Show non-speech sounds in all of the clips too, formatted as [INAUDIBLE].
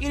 It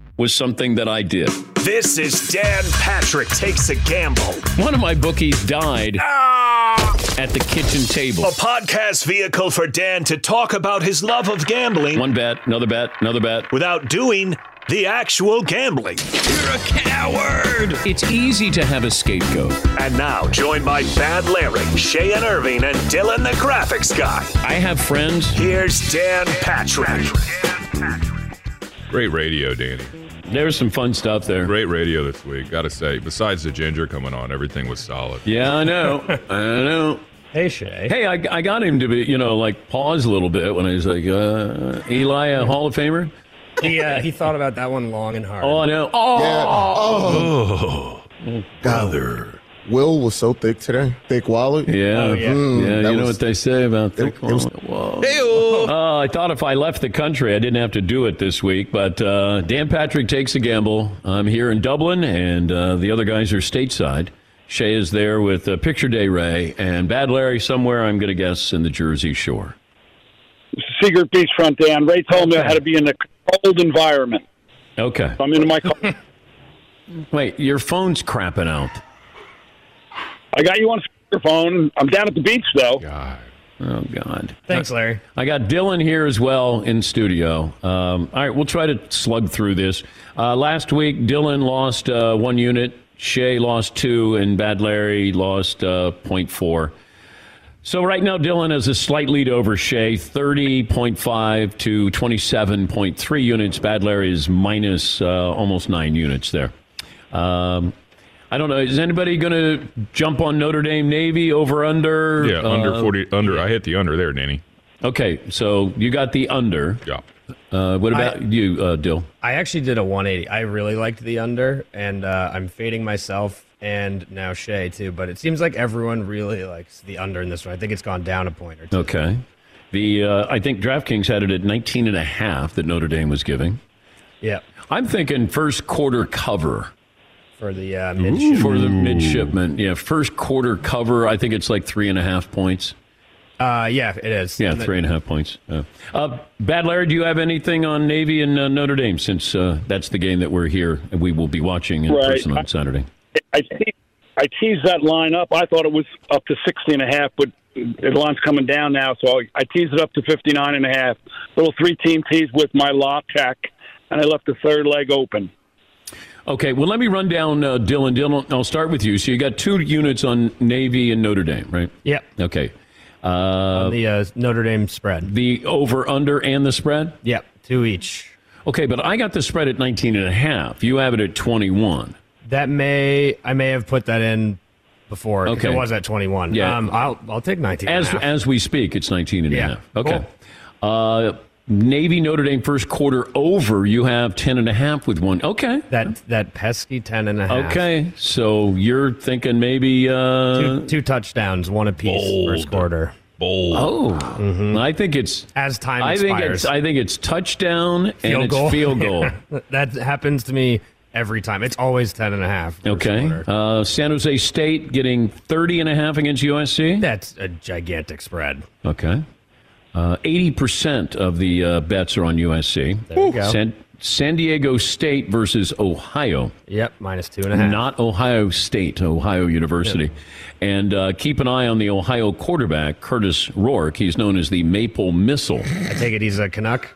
was something that I did. This is Dan Patrick Takes a Gamble, One of my bookies died at the kitchen a table. podcast vehicle for Dan to talk about his love of gambling One bet, another bet, another bet. without doing the actual gambling. You're a coward! It's easy to have a scapegoat. And now, joined by Bad Larry, Shayan Irving, and Dylan the Graphics Guy, I have friends. here's Dan Patrick. Great radio, Danny. There's some fun stuff there. Great radio this week, gotta say. Besides the ginger coming on, everything was solid. Yeah, I [LAUGHS] know. I know. Hey, Shay. Hey, I, I got him to be, you know, like pause a little bit when he's like, uh, Eli, a Hall of Famer? He, uh, he thought about that one long and hard. Oh, I know. Oh. Oh! Mm. Will was so thick today. Thick wallet. Yeah, Oh, yeah. Mm, That yeah. You know was- what they say about thick it was- walls. Uh, I thought if I left the country, I didn't have to do it this week. But uh, Dan Patrick takes a gamble. I'm here in Dublin, and uh, the other guys are stateside. Shay is there with uh, Picture Day Ray and Bad Larry somewhere. I'm going to guess in the Jersey Shore. Secret Beachfront, Dan. Ray told me I had to be in a cold environment. Okay. So I'm in my car. Wait, your phone's crapping out. I got you on speakerphone. I'm down at the beach, though. God. Oh God. Thanks, Larry. I got Dylan here as well in studio. Um, all right, we'll try to slug through this. Uh, last week, Dylan lost uh, one unit, Shay lost two, and Bad Larry lost uh, 0.4. So right now, Dylan has a slight lead over Shay, 30.5 to 27.3 units. Bad Larry is minus uh, almost nine units there. Um, I don't know. Is anybody going to jump on Notre Dame Navy over under? Yeah, under Uh, 40, under. I hit the under there, Danny. Okay, so you got the under. Yeah. Uh, what about you, uh, Dill? I actually did a 180. I really liked the under, and uh, I'm fading myself and now Shay, too. But it seems like everyone really likes the under in this one. I think it's gone down a point or two. Okay. The uh, I think DraftKings had it at 19 and a half that Notre Dame was giving. Yeah, I'm thinking first quarter cover for the uh, midship. for the midshipman. Yeah, first quarter cover. I think it's like three and a half points. Uh, yeah, it is. Yeah, And the- three and a half points. Uh, uh, Bad Larry, do you have anything on Navy and uh, Notre Dame since uh, that's the game that we're here and we will be watching in Right. person on Saturday? I, te- I teased that line up. I thought it was up to 60 and a half, but the line's coming down now. So I, I teased it up to 59 and a half. Little three team tease with my law check, and I left the third leg open. Okay, well, let me run down uh, Dylan. Dylan, I'll start with you. So you got two units on Navy and Notre Dame, right? Yeah, Okay. Uh, the uh, Notre Dame spread. the over under and the spread? Yep. Two each. Okay, but I got the spread at 19 and a half. You have it at 21. That may I may have put that in before. 'cause Okay. It was at 21. Yeah. Um, I'll I'll take 19. and a As half. as we speak, it's 19 and a Yeah, half. Okay. Uh, Navy Notre Dame first quarter over. You have 10 and a half with one. Okay. That that pesky 10 and a half. Okay. So you're thinking maybe uh, two, two touchdowns, one apiece first quarter. Bold. Oh, I think it's as time I think expires. it's I think it's touchdown and it's field [LAUGHS] goal. that happens to me every time. It's always 10 and a half. Okay. Uh, San Jose State getting 30 and a half against USC. That's a gigantic spread. Okay. Uh, 80% of the uh, bets are on USC. There you go. San, San Diego State versus [LAUGHS] Ohio. Yep, minus two and a half. Not Ohio State, Ohio University. And uh, keep an eye on the Ohio quarterback, Curtis Rourke. He's known as the Maple Missile. I take it he's a Canuck.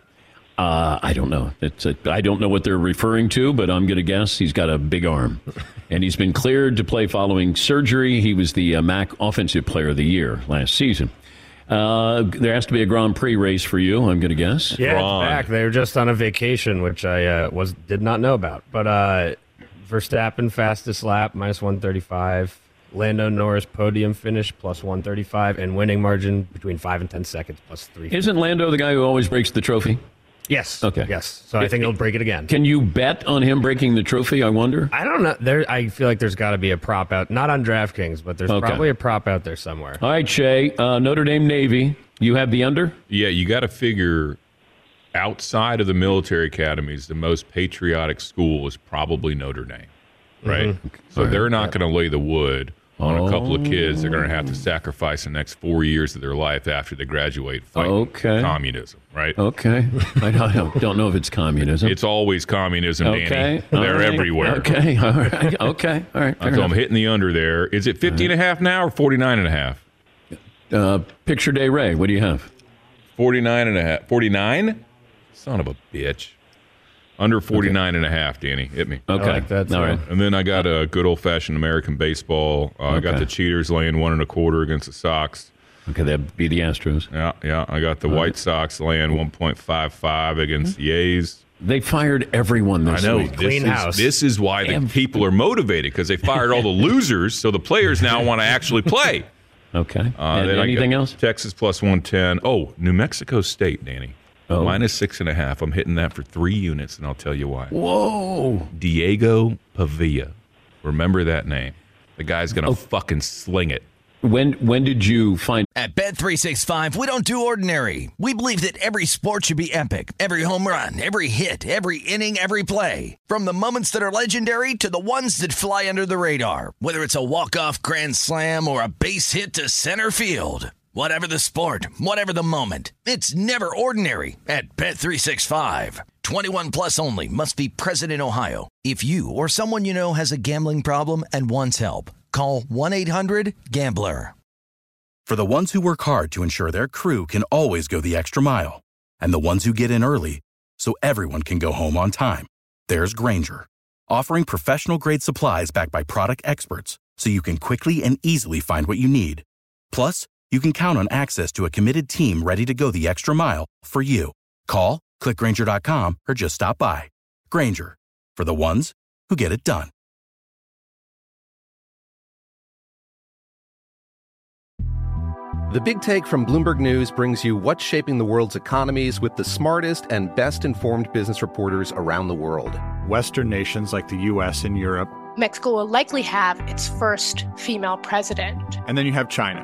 Uh, I don't know. It's a, I don't know what they're referring to, but I'm going to guess he's got a big [LAUGHS] arm, and he's been cleared to play following surgery. He was the uh, MAC Offensive Player of the Year last season. Uh, there has to be a Grand Prix race for you. I'm going to guess. Yeah, it's back. They were just on a vacation, which I uh, was did not know about. But uh, Verstappen fastest lap minus one thirty five. Lando Norris podium finish plus one thirty five, and winning margin between five and ten seconds plus three. Isn't Lando the guy who always breaks the trophy? Yes. Okay. Yes. So I think he'll break it again. Can you bet on him breaking the trophy? I wonder. I don't know. There, I feel like there's got to be a prop out, not on DraftKings, but there's Okay. probably a prop out there somewhere. All right, Shay. Uh, Notre Dame Navy. You have the under. Yeah, you got to figure outside of the military academies, the most patriotic school is probably Notre Dame, right? Mhm. So All right. they're not going to lay the wood on a couple of kids. They're going Oh. to have to sacrifice the next four years of their life after they graduate fighting Okay. communism, right? [LAUGHS] Okay. I don't, don't know if it's communism. It's always communism, Danny. okay. All They're right. everywhere. Okay. All right. Okay. All right. Fair so enough. I'm hitting the under there. Is it 50 and a half now or 49 and a half? Uh, picture day Ray, what do you have? 49 and a half. 49? Son of a bitch. Under 49 and a half, Danny. Hit me. Okay. I like that, All too. right. And then I got a good old fashioned American baseball. Uh, I got Okay. the Cheaters laying one and a quarter against the Sox. Okay, that'd be the Astros. Yeah, yeah. I got the All White right. Mm-hmm. Sox laying 1.55 against the A's. They fired everyone I this know. week. This is, This is why the people are motivated because they [LAUGHS] fired all the losers, so the players now want to actually play. Okay. Uh, And then I anything got else? Texas plus 110. Oh, New Mexico State, Danny. Oh. Minus six and a half. I'm hitting that for three units, and I'll tell you why. Whoa. Diego Pavia. Remember that name. The guy's Oh. going to fucking sling it. When when did you find At Bet365, we don't do ordinary. We believe that every sport should be epic. Every home run, every hit, every inning, every play. From the moments that are legendary to the ones that fly under the radar. Whether it's a walk-off grand slam or a base hit to center field. Whatever the sport, whatever the moment, it's never ordinary at Bet365. 21 plus only must be present in Ohio. If you or someone you know has a gambling problem and wants help, call 1-800-GAMBLER. For the ones who work hard to ensure their crew can always go the extra mile, and the ones who get in early so everyone can go home on time, there's Granger, offering professional grade supplies backed by product experts so you can quickly and easily find what you need. Plus, you can count on access to a committed team ready to go the extra mile for you. Call, clickgranger.com, or just stop by. Granger, for the ones who get it done. The Big Take from Bloomberg News brings you what's shaping the world's economies with the smartest and best informed business reporters around the world. Western nations like the US and Europe. Mexico will likely have its first female president. And then you have China.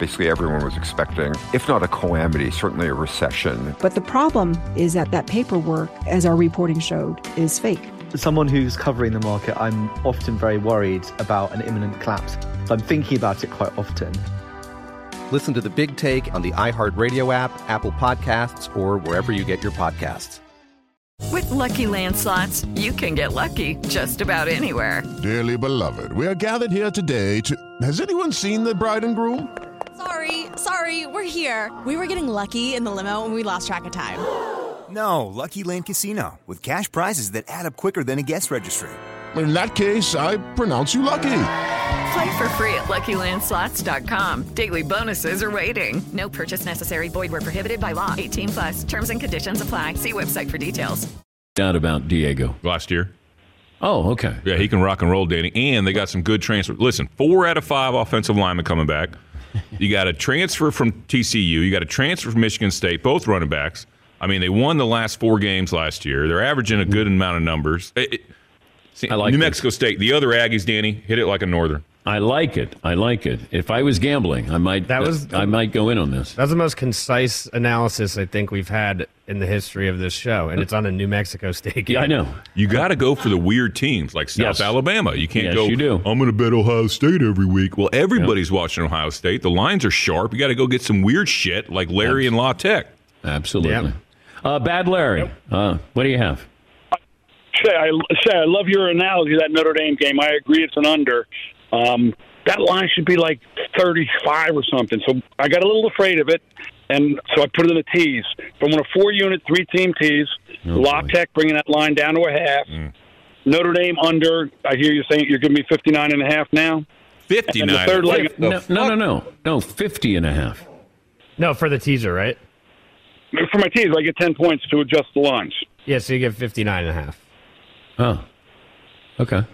Basically, everyone was expecting, if not a calamity, certainly a recession. But the problem is that that paperwork, as our reporting showed, is fake. As someone who's covering the market, I'm often very worried about an imminent collapse. So I'm thinking about it quite often. Listen to The Big Take on the iHeartRadio app, Apple Podcasts, or wherever you get your podcasts. With Lucky Land slots, you can get lucky just about anywhere. Dearly beloved, we are gathered here today to. Has anyone seen the bride and groom? Sorry, sorry, we're here. We were getting lucky in the limo and we lost track of time. No, Lucky Land Casino, with cash prizes that add up quicker than a guest registry. In that case, I pronounce you lucky. Play for free at LuckyLandSlots.com. Daily bonuses are waiting. No purchase necessary. Void where prohibited by law. 18 plus. Terms and conditions apply. See website for details. Doubt about Diego. Last year. Oh, okay. Yeah, he can rock and roll, Danny. And they got some good transfer. Listen, four out of five offensive linemen coming back. You got a transfer from TCU. You got a transfer from Michigan State. Both running backs. I mean, they won the last four games last year. They're averaging a good amount of numbers. It- it- see, I like New this. Mexico State. The other Aggies, Danny, hit it like a northern. I like it. I like it. If I was gambling, I might. That was. I might go in on this. That's the most concise analysis I think we've had in the history of this show, and it's on a New Mexico [LAUGHS] State game. You got to go for the weird teams like South Yes. Alabama. You can't Yes, go. you do. I'm going to bet Ohio State every week. Well, everybody's watching Ohio State. The lines are sharp. You got to go get some weird shit like Larry and La Tech. Absolutely. Uh, Bad Larry. Uh, what do you have? Shay, I, Shay, I love your analogy of that Notre Dame game. I agree it's an under. Um, that line should be like 35 or something. So I got a little afraid of it, and so I put it in a tease. But when a four unit, three team tease, La Tech bringing that line down to a half, Notre Dame under. I hear you saying you're giving me 59 and a half now. And the third leg. No, no, no, no, no. Fifty and a half. No, for the teaser, right? For my tease, I get 10 points to adjust the lines. Yeah, so you get 59 and a half. Oh. Okay.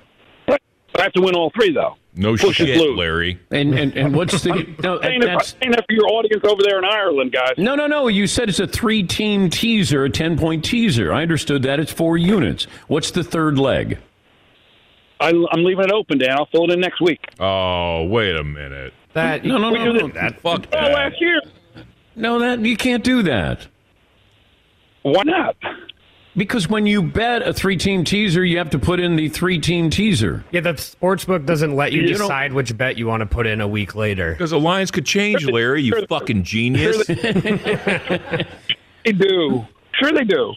But I have to win all three, though. No Push it shit, blue. Larry. And and, and what's the? No, saying, that- that's- saying that for your audience over there in Ireland, guys. No, no, no. You said it's a three-team teaser, a ten-point teaser. I understood that. It's four units. What's the third leg? I, I'm leaving it open, Dan. I'll fill it in next week. Oh, wait a minute. That no, no, We no, do no. this- That fuck Oh, last year. No, that you can't do that. Why not? Because when you bet a three-team teaser, you have to put in the three-team teaser. Yeah, the sportsbook doesn't let you, You don't- decide which bet you want to put in a week later. Because the lines could change, Larry. You fucking genius. They do. Sure, they do.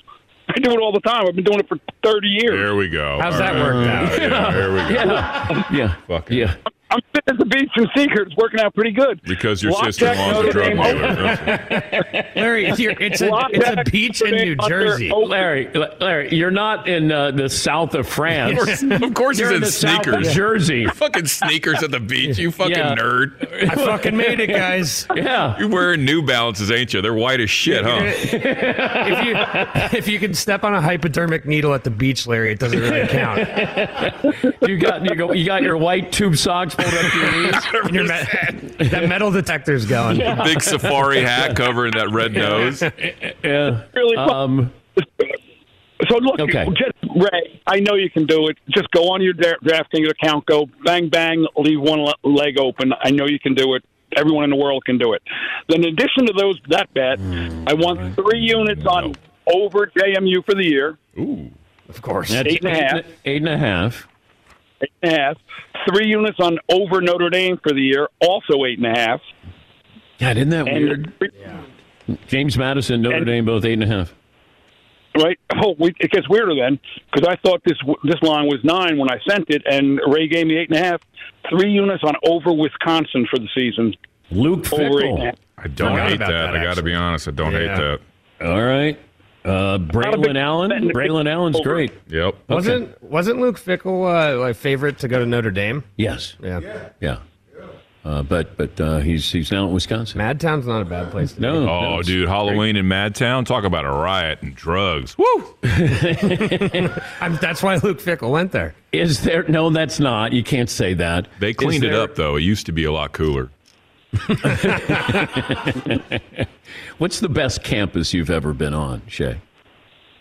I do it all the time. I've been doing it for 30 years. There we go. How's All that right. worked out? Yeah, there we go. Yeah. Fucking yeah. I'm sitting at the beach in secret. It's working out pretty good. Because your Lock sister in law's a Notre drug Dame dealer. over. That's- Larry, it's, your, it's, a, Lock it's a that beach in Notre New Dame under Jersey. open. Larry, Larry, you're not in uh, the south of France. Of course- of course he's You're in the south of sneakers. Jersey. Your fucking sneakers at the beach, you fucking Yeah. nerd. I fucking made it, guys. Yeah. You're wearing New Balances, ain't you? They're white as shit, huh? if you if you can step on a hypodermic needle at the beach, Larry, it doesn't really count. You got you go you got your white tube socks pulled up to your knees. And your me- [LAUGHS] that metal detector's going. Big safari hat covering that red nose. Yeah. Really fun. Um, So look, Okay. just Ray, I know you can do it. Just go on your dra- DraftKings account, go bang bang, leave one le- leg open. I know you can do it. Everyone in the world can do it. Then, in addition to those that bet, Hmm. I want three units on over JMU for the year, Ooh. Of course. that's Eight and a half. Eight and a half. eight and a half. Three units on over Notre Dame for the year, also eight and a half. God, isn't that And weird? James Madison, Notre Dame, both eight and a half. right? Oh, we, it gets weirder then because I thought this this line was nine when I sent it, and Ray gave me eight and a half. Three units on over Wisconsin for the season. Luke Over eight and a Fickle. half. [LAUGHS] I don't Forgot hate about that. that, I got to be honest. I don't Yeah. hate that. All right. Uh, Not a big Braylon Allen. fan to pick Braylon Allen's over. great. Yep. Wasn't wasn't Luke Fickle uh, like favorite to go to Notre Dame? Yes. Yeah. Yeah. Uh, but but uh, he's he's now in Wisconsin. Madtown's not a bad place. To No. [LAUGHS] Oh, no, it's dude, Halloween in Madtown. Talk about a riot and drugs. Woo! I'm, that's why Luke Fickle went there. Is there? No, that's not. You can't say that. They cleaned it up though. It used to be a lot cooler. What's the best campus you've ever been on, Shay?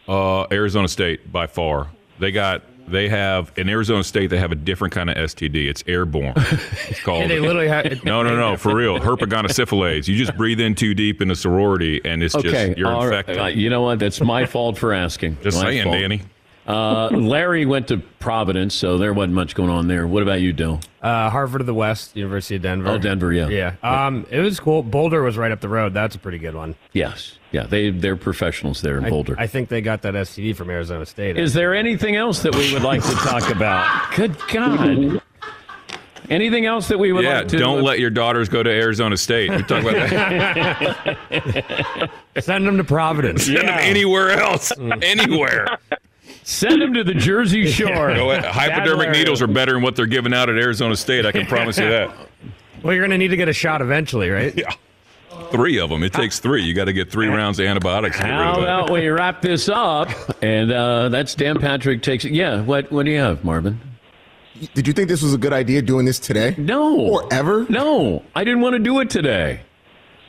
Uh, Arizona State by far. They got. They have in Arizona State. They have a different kind of STD. It's [LAUGHS] airborne. It's called. Yeah, they literally had. [LAUGHS] no, no, no, for real. Herpagonosyphilates. You just breathe in too deep in a sorority, and it's Okay, just you're all right. infected. Uh, you know what? That's my fault for asking. Just My saying, fault. Danny. Uh, Larry went to Providence, so there wasn't much going on there. What about you, Dill? Uh, Harvard of the West, University of Denver. Oh, Denver, yeah. Yeah. Um, it was cool. Boulder was right up the road. That's a pretty good one. Yes. Yeah, they, they're professionals there in I- Boulder. I, think they got that STD from Arizona State. Is there anything else that we would like to talk about? Good God. Anything else that we would yeah, like to don't let your daughters go to Arizona State. We talk [LAUGHS] about that. [LAUGHS] [LAUGHS] Send them to [LAUGHS] Providence. Send them anywhere else. Mm. anywhere. Send them to the [LAUGHS] Jersey Shore. You know what? Hypodermic [LAUGHS] Bad needles are better than what they're giving out at Arizona State. I can promise you [LAUGHS] that. Well, you're going to need to get a shot eventually, right? Yeah. Three of them. It takes three. You got to get three rounds of antibiotics. To get rid How of that. about we wrap this up? And uh, that's Dan Patrick takes it. Yeah, what, what do you have, Marvin? Did you think this was a good idea doing this today? No. Or ever? No, I didn't want to do it today.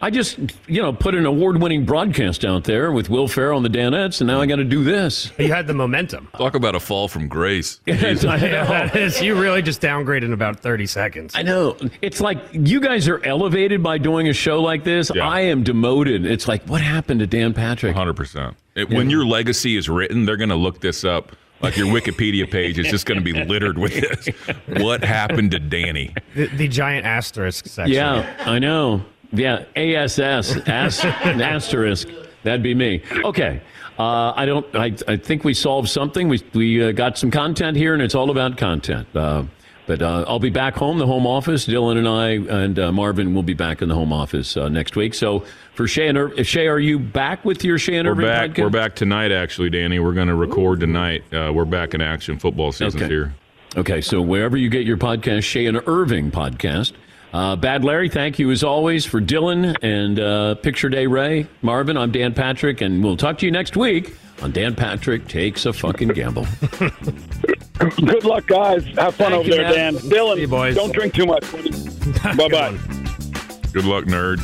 I just, you know, put an award winning broadcast out there with Will Ferrell and the Danettes, and now I got to do this. You had the momentum. Talk about a fall from grace. Yeah, [LAUGHS] that is, you really just downgraded in about 30 seconds. I know. It's like you guys are elevated by doing a show like this. I am demoted. It's like, what happened to Dan Patrick? 100%. It- when your legacy is written, they're going to look this up. Like your Wikipedia page is just going to be littered with this. What happened to Danny? The, the giant asterisk section. Yeah, I know. Yeah, ASS, [LAUGHS] as- asterisk. That'd be me. Okay. Uh, I don't. I, I think we solved something. We we uh, got some content here, and it's all about content. Uh, but uh, I'll be back home, the home office. Dylan and I and uh, Marvin will be back in the home office uh, next week. So for Shay and Ir- Shay, are you back with your Shay and We're Irvin back. podcast? We're back tonight, actually, Danny. We're going to record tonight. Uh, we're back in action. Football season's Okay. here. Okay, so wherever you get your podcast, Shay and Irving podcast. Uh, Bad Larry, thank you as always for Dylan and uh, Picture Day Ray. Marvin, I'm Dan Patrick, and we'll talk to you next week on Dan Patrick Takes a Fucking Gamble. Good luck, guys. Have fun Thank over you, there, man. Dan. Dylan, See you, boys. don't drink too [LAUGHS] much. bye bye. Good luck, nerds.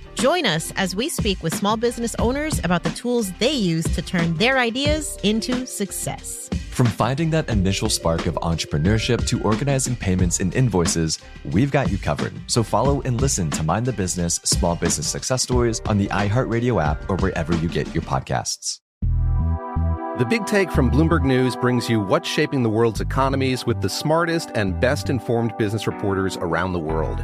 Join us as we speak with small business owners about the tools they use to turn their ideas into success. From finding that initial spark of entrepreneurship to organizing payments and invoices, we've got you covered. So follow and listen to Mind the Business Small Business Success Stories on the iHeartRadio app or wherever you get your podcasts. The Big Take from Bloomberg News brings you what's shaping the world's economies with the smartest and best informed business reporters around the world.